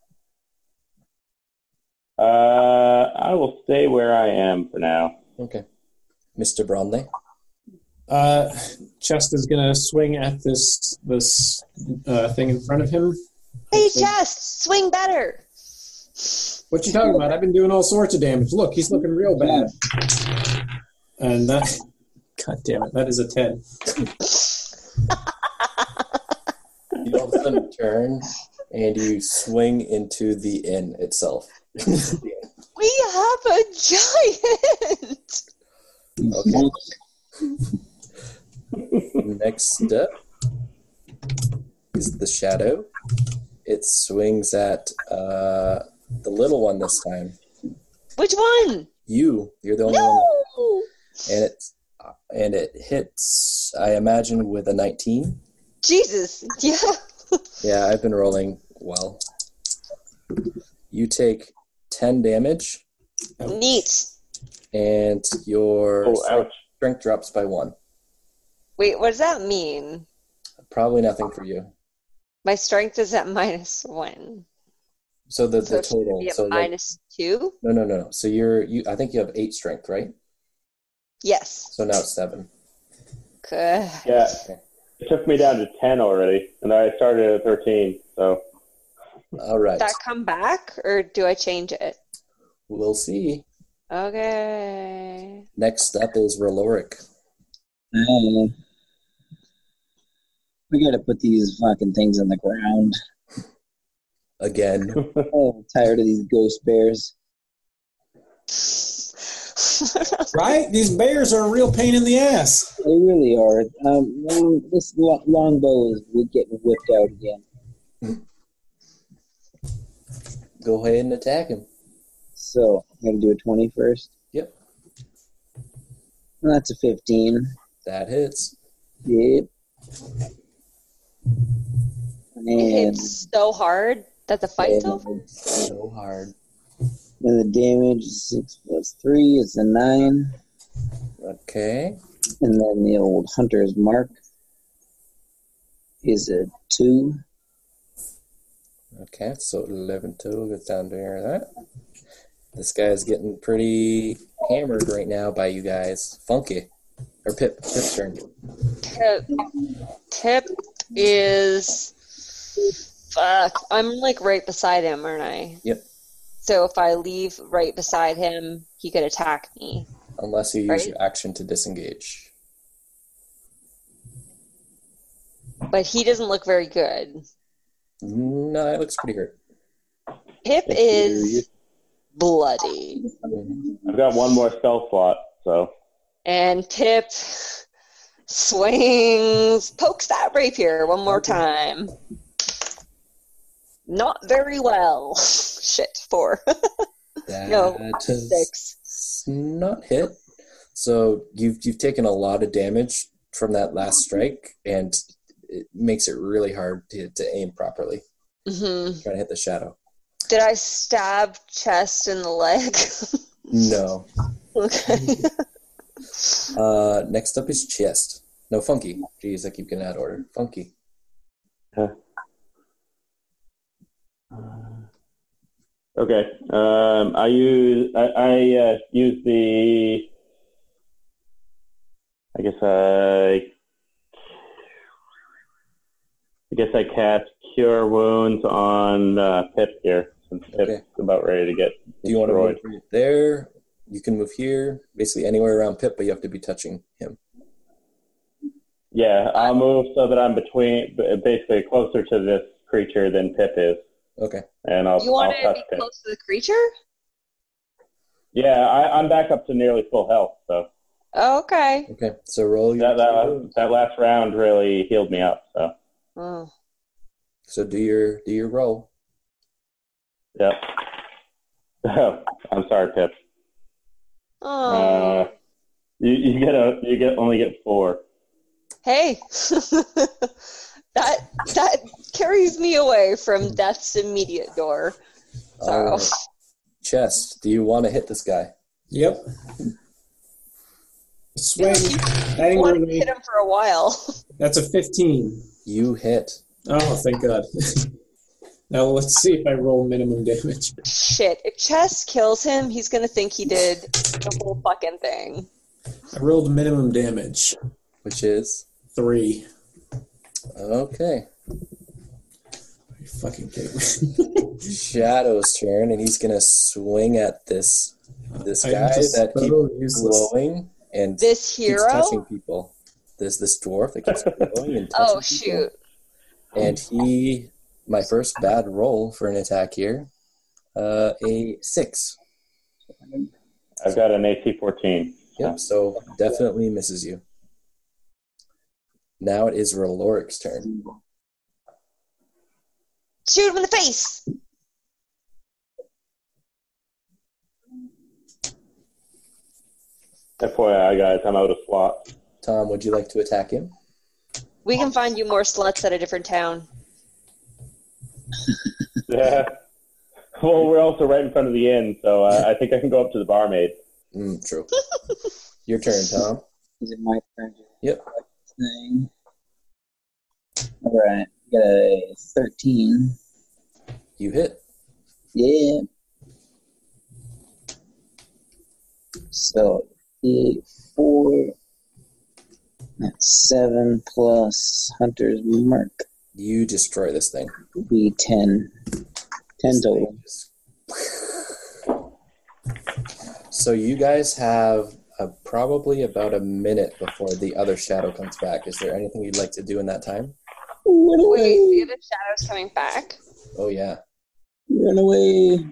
uh, I will stay where I am for now. Okay. Mr. Bromley. Uh, Chest is gonna swing at this this uh, thing in front of him. Hey, Chest, swing better. What you talking about? I've been doing all sorts of damage. Look, he's looking real bad. And that, god damn it, that is a ten. You all of a sudden turn and you swing into the inn itself. We have a giant. Okay. Next step is the shadow. It swings at uh, the little one this time. Which one? You, you're the only one, No. and it and it hits. I imagine with a 19. Jesus. Yeah. Yeah, I've been rolling well. You take 10 damage, Neat. and your Oh, ouch. strength drops by one. Wait, what does that mean? Probably nothing for you. My strength is at (laughs) minus one. So the, So the it should total. be at So like- minus two? no, no, no, no. So you're you. I think you have eight strength, right? Yes. So now it's seven. Good. Yeah, it took me down to ten already, and I started at thirteen. So All right. Does that come back or do I change it? We'll see. Okay. (laughs) Next up is Reloric. Hey. We gotta put these fucking things on the ground. Again, Oh, I'm tired of these ghost bears. Right? These bears are a real pain in the ass. They really are. Um, um, this lo- longbow is we're getting whipped out again. go ahead and attack him. So I'm gonna do a twenty first. Yep. Well, that's a fifteen. That hits. Yep. It And hits so hard that the fight's over. So hard. then the damage is six plus three is a nine, Okay. and then the old hunter's mark is a two. Okay. So 11 total. Get down to here. That. This guy is getting pretty hammered right now by you guys. Funky. Or Pip. Pip's turn. Tip, tip is. Fuck. I'm like right beside him, aren't I? Yep. So if I leave right beside him, he could attack me. Unless you use Right. your action to disengage. But he doesn't look very good. Mm, No, it looks pretty hurt. Pip That's is bloody. I've got one more spell slot. So And Pip swings, pokes that rapier one more time. Not very well. (laughs) Shit, four. (laughs) That No, is- Six. It's not hit. So you've you've taken a lot of damage from that last strike, and it makes it really hard to, to aim properly. hmm Trying to hit the shadow. Did I stab chest in the leg? (laughs) No. (laughs) okay. Uh, next up is chest. No, funky. Jeez, I keep getting out of order. Funky. okay, um, I use I, I uh, use the. I guess I. I guess I cast cure wounds on uh, Pip here since Pip's Okay. about ready to get destroyed. Do you want to move right there? You can move here, basically anywhere around Pip, but you have to be touching him. Yeah, I'll move so that I'm between, b- basically closer to this creature than Pip is, Okay. and I'll, You want I'll to touch be Pip. close to the creature? Yeah, I, I'm back up to nearly full health, so Okay. Okay. So roll your. that, that that last round really healed me up. So Oh. So do your do your roll. yep. (laughs) I'm sorry, Pip. Oh. Uh, you, you get a you get only get four. hey, (laughs) that that carries me away hmm. from death's immediate door. All So Oh, right. Uh, Chest, do you want to hit this guy? Yep. Swing want to angrily. hit him for a while. (laughs) That's a 15. You hit. Oh, thank God. (laughs) now let's see if I roll minimum damage. Shit, if Chess kills him, he's gonna think he did the whole fucking thing. I rolled minimum damage. Which is Three. okay. Are you fucking kidding me? Shadow's turn, and he's gonna swing at this (laughs) this I'm guy just that keeps so useless. glowing and This keeps touching hero? people. There's this dwarf that keeps glowing and touching people. Oh shoot. And he, my first bad roll for an attack here, uh, a six. I've got an AC 14. Yep. So definitely misses you. Now it is Roloric's turn. Shoot him in the face. FYI, guys, I'm out of slots. Tom, would you like to attack him? We can find you more sluts at a different town. (laughs) Yeah. Well, we're also right in front of the inn, so uh, I think I can go up to the barmaid. Mm, (laughs) true. Your turn, Tom. Is it my turn? to do Yep. this Thing. All right, got a thirteen. You hit. Yeah. So eight, four. That's seven plus Hunter's mark You destroy this thing. would be ten. Ten This total. thing just- So you guys have uh probably about a minute before the other shadow comes back. Is there anything you'd like to do in that time? Run Wait, the away! other shadow's coming back. Oh yeah. Run away!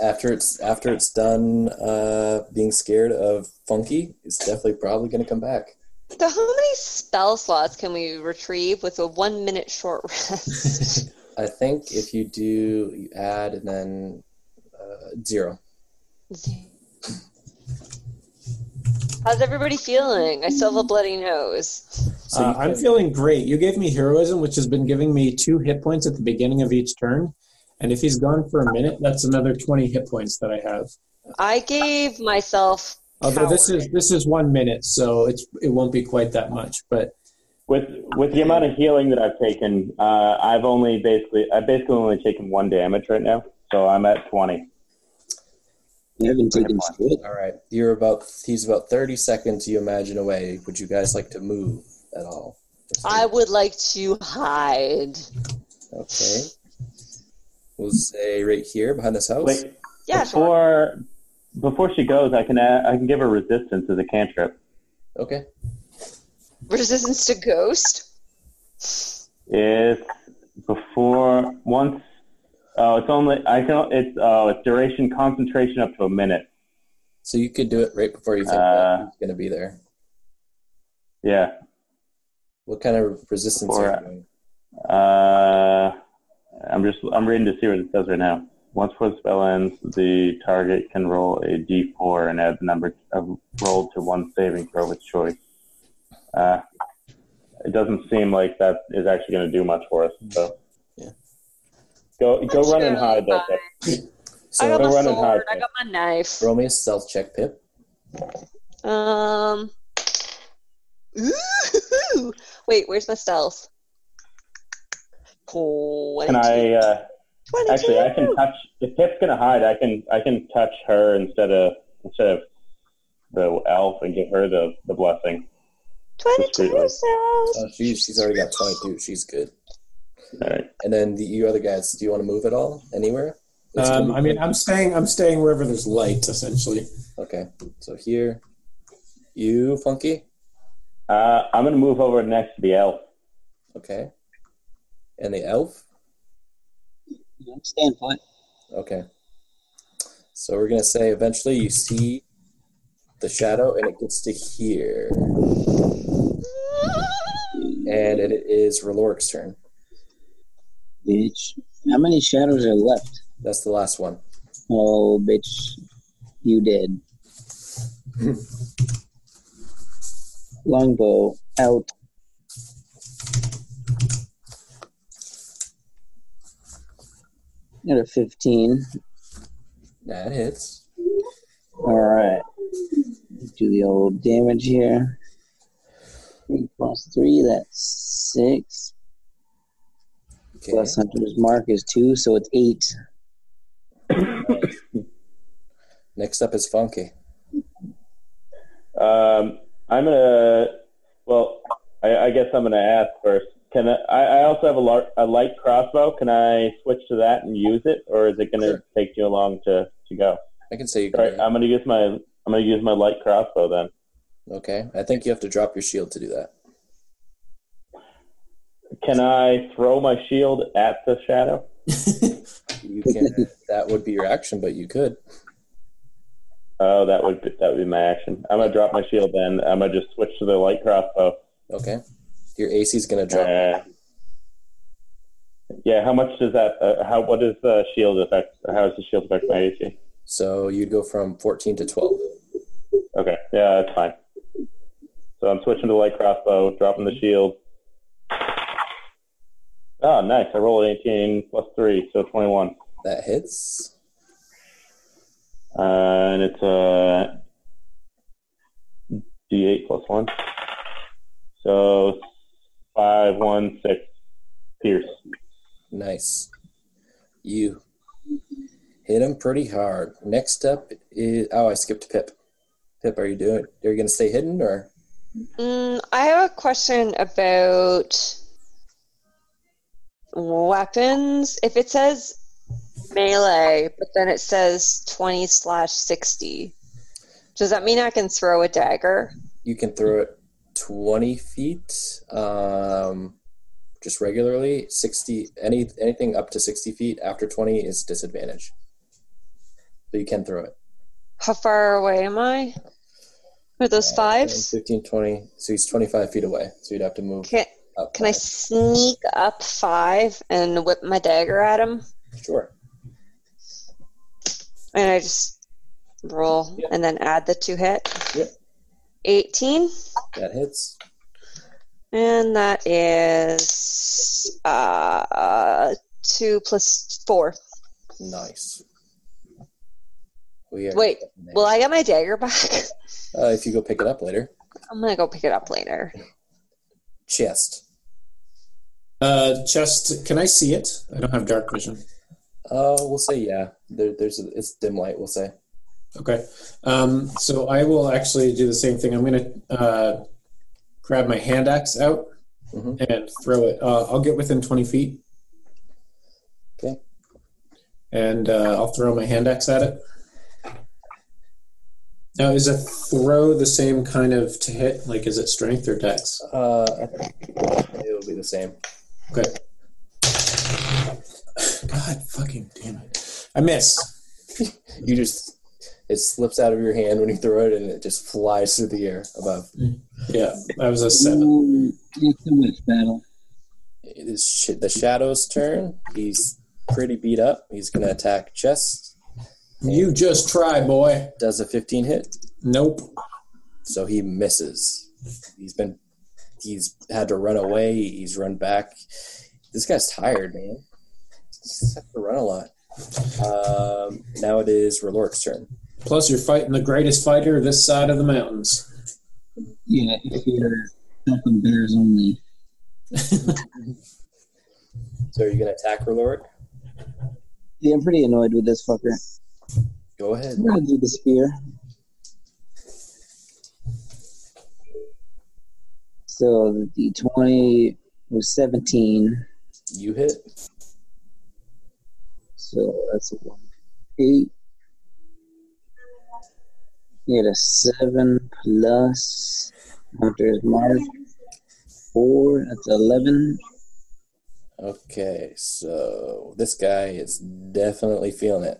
after it's after it's done uh, being scared of funky it's definitely probably going to come back So how many spell slots can we retrieve with a one minute short (laughs) rest? i think if you do you add and then uh, zero How's everybody feeling? I still have a bloody nose. so Uh, you I'm can- feeling great. You gave me heroism, which has been giving me two hit points at the beginning of each turn. And if he's gone for a minute, that's another 20 hit points that I have. I gave myself Although this Coward. is this is one minute, so it's it won't be quite that much. But With with the amount of healing that I've taken, uh, I've only basically I've basically only taken one damage right now, so I'm at 20. You haven't taken Run shit. all right you're about he's about 30 seconds you imagine away would you guys like to move at all I would like to hide. okay we'll say right here behind this house Wait, Yeah, sure. before before she goes, I can add, I can give her resistance as a cantrip. okay Resistance to ghost. It's before once. Oh, it's only I can. It's oh, it's duration concentration up to a minute. so you could do it right before you think Uh, he's going to be there Yeah. what what kind of resistance Before are I- you doing Uh, I'm just I'm reading to see what it says right now. Once per spell ends, the target can roll a d4 and add the number of rolled to one saving throw of its choice. Uh, it doesn't seem like that is actually going to do much for us. So, Yeah. go go Let's run and go. hide that day. (laughs) I so got my Run and hide, sword. I got my knife. roll me a stealth check pip Um. Ooh. (laughs) Wait, where's my stealth? Twenty. Can I? Uh, Twenty-two. actually, I can touch. If Pip's going to hide, I can I can touch her instead of instead of the elf and give her the the blessing. Twenty-two discreetly. stealth. Oh, she's she's already got 22. She's good. All right. And then the you other guys, do you want to move at all anywhere? It's gonna um, be- I mean, I'm staying I'm staying wherever there's light, essentially. okay. So here, you funky. Uh, I'm gonna move over next to the elf. Okay. And the elf. I'm staying put. Okay. So we're gonna say eventually you see the shadow and it gets to here, and it is Reloric's turn. Bitch. How many shadows are left? That's the last one. Oh, bitch. You did. Longbow out. Got a 15. That hits. All right. Do the old damage here. Three plus three, that's six. Okay. Plus Hunter's mark is two, so it's eight. Next up is Funky. Um, I'm gonna. Well, I, I guess I'm gonna ask first. Can I? I I also have a, lar- a light crossbow. Can I switch to that and use it, or is it gonna Sure. take too long to to go? I can say you All right, can. I'm gonna use my. I'm gonna use my light crossbow then. Okay. I think you have to drop your shield to do that. Can I throw my shield at the shadow? You (laughs) can. that would be your action, but you could. Oh, that would be, that would be my action. I'm gonna drop my shield then. I'm gonna just switch to the light crossbow. Okay. Your AC is going to drop. Uh, yeah, how much does that? Uh, how what does the shield affect? How does the shield affect my AC? So you'd go from 14 to 12. Okay, yeah, that's fine. So I'm switching to light crossbow, dropping the shield. Oh, nice! I rolled an 18 plus three, so 21, That hits. uh, and it's a D8 plus one, so five, one, six, pierce. (laughs) Nice. You hit him pretty hard. Next up is. Oh, I skipped Pip. Pip, are you doing? Are you going to stay hidden or? Mm, I have a question about weapons. If it says melee, but then it says 20 slash 60, does that mean I can throw a dagger? you can throw it 20 feet um, just regularly 60 any anything up to 60 feet after 20 is disadvantage but you can throw it How far away am I? With Uh, those fives? 15 20 so he's 25 feet away so you'd have to move Can, up can I sneak up five and whip my dagger at him? sure And I just roll Yeah. and then add the two hit. Yeah. 18. that hits And that is uh, two plus four. nice we are Wait, Will I get my dagger back? (laughs) uh, if you go pick it up later I'm gonna go pick it up later. chest Uh, chest. Can I see it? I don't have dark vision. uh, we'll say yeah there, there's a, it's dim light we'll say Okay. Um, so I will actually do the same thing. I'm going to uh, grab my hand axe out Mhm. and throw it. Uh, I'll get within 20 feet. Okay. And uh, I'll throw my hand axe at it. Now, is a throw the same kind of to hit? Like, is it strength or dex? uh, it will be the same Okay. God fucking damn it. I miss. you just it slips out of your hand when you throw it and it just flies through the air above Yeah, that was a seven. Ooh, you can win this battle. it is sh- the shadow's turn he's pretty beat up he's gonna attack chest You just try, boy. does a 15 hit Nope. so he misses he's been he's had to run away he's run back this guy's tired man he's had to run a lot um, now it is Relork's turn Plus, you're fighting the greatest fighter this side of the mountains. Yeah, if you're helping bears only. so are you gonna attack Relork Yeah, I'm pretty annoyed with this fucker. go ahead I'm gonna do the spear. So the D20 was 17, you hit so that's a 1. 8. He had a 7 plus Hunter's Mark. 4, that's 11. Okay, so this guy is definitely feeling it.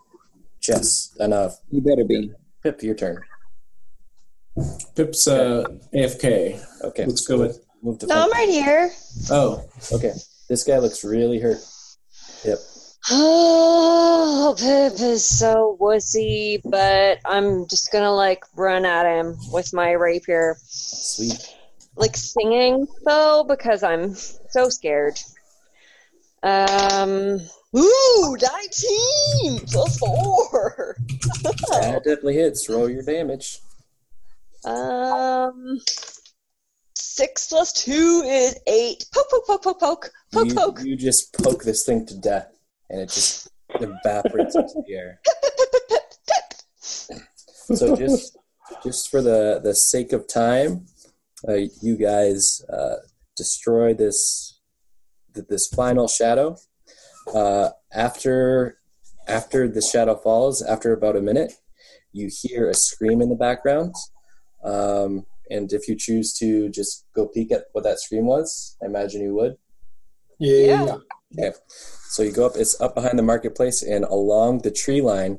Chess, enough. You better be. Pip, your turn. Pip's uh, AFK. Okay, Let's go with. move to. No, I'm right here. Oh, Okay, this guy looks really hurt. Oh, Pip is so wussy, but I'm just gonna like run at him with my rapier, Sweet. like singing though, because I'm so scared. Um, ooh, 19 plus 4. That definitely hits. Roll your damage. Um, 6 plus 2 is 8. Poke, poke, poke, poke, poke. Poke, you, poke. you just poke this thing to death, and it just evaporates into the air. So just just for the the sake of time, uh, you guys uh, destroy this th- this final shadow. Uh, after after the shadow falls, after about a minute, you hear a scream in the background. Um, and if you choose to just go peek at what that scream was, I imagine you would. Yeah. Okay. So you go up, it's up behind the marketplace, and along the tree line,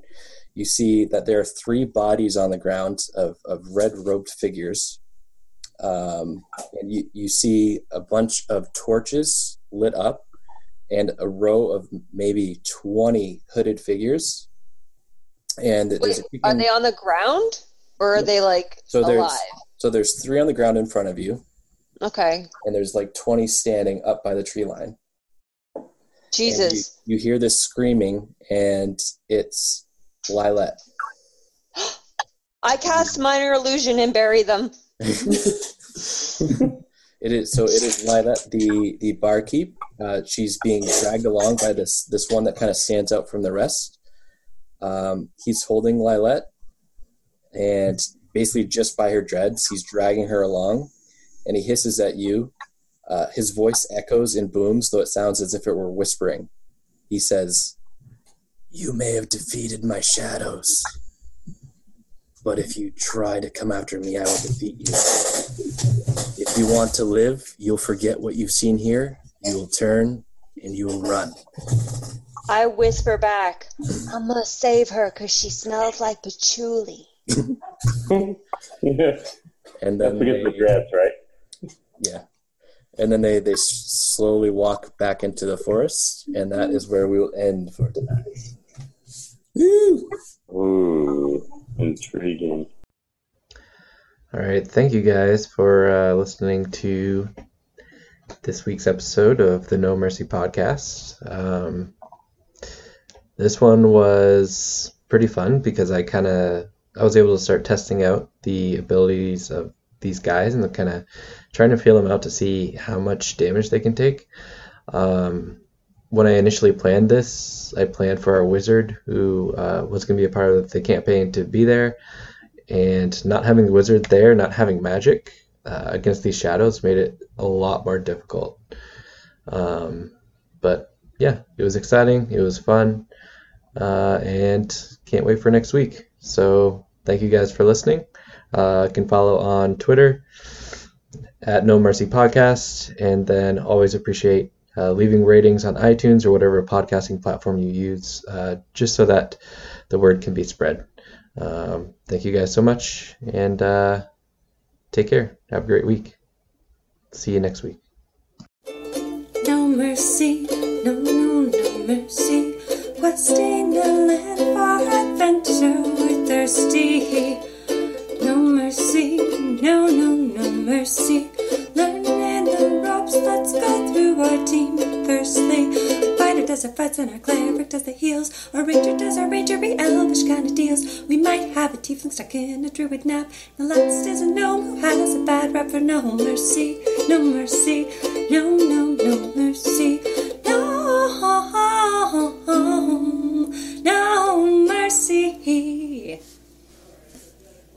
you see that there are three bodies on the ground of, of red robed figures. Um, and you, you see a bunch of torches lit up and a row of maybe 20 hooded figures. And there's Wait, a are creaking- they on the ground? Or are they like So there's- alive? so there's three on the ground in front of you, Okay. and there's like 20 standing up by the tree line. and you- Jesus. You, hear this screaming, and it's Lilat. I cast minor illusion and bury them. (laughs) It is so. It is Lilat, the the barkeep. Uh, she's being dragged along by this this one that kind of stands out from the rest. Um, he's holding Lilat, and basically just by her dreads, he's dragging her along, and he hisses at you. Uh, his voice echoes and booms, though it sounds as if it were whispering. He says, "You may have defeated my shadows." But if you try to come after me, I will defeat you. If you want to live, you'll forget what you've seen here. You will turn and you will run. I whisper back, I'm gonna save her because she smells like patchouli. That's And then against the they- dreads, right? yeah, and then they they s- slowly walk back into the forest, and that is where we will end for tonight. Ooh, intriguing. All right, thank you guys for uh, listening to this week's episode of the No Mercy podcast. Um, this one was pretty fun because I kind of I was able to start testing out the abilities of these guys and kind of trying to feel them out to see how much damage they can take. Um, when I initially planned this, I planned for our wizard who uh, was going to be a part of the campaign to be there and not having the wizard there, not having magic uh, against these shadows made it a lot more difficult. Um, but yeah, it was exciting. It was fun, uh, and can't wait for next week. So thank you guys for listening. Uh, you can follow on Twitter at No Mercy Podcast, and then always appreciate. Uh, leaving ratings on iTunes or whatever podcasting platform you use, uh, just so that the word can be spread. Um, thank you guys so much, and uh, take care. Have a great week. See you next week. No mercy, no, no, no mercy. Questing the land for adventure, we're thirsty. No mercy, no, no, no mercy. Learning the ropes, let's go through our team firstly. Fighter does our fights and our cleric does the heals. Our ranger does our rangery elvish kind of deals. We might have a tiefling stuck in a druid nap. The last is a gnome who has a bad rap for no mercy, no mercy.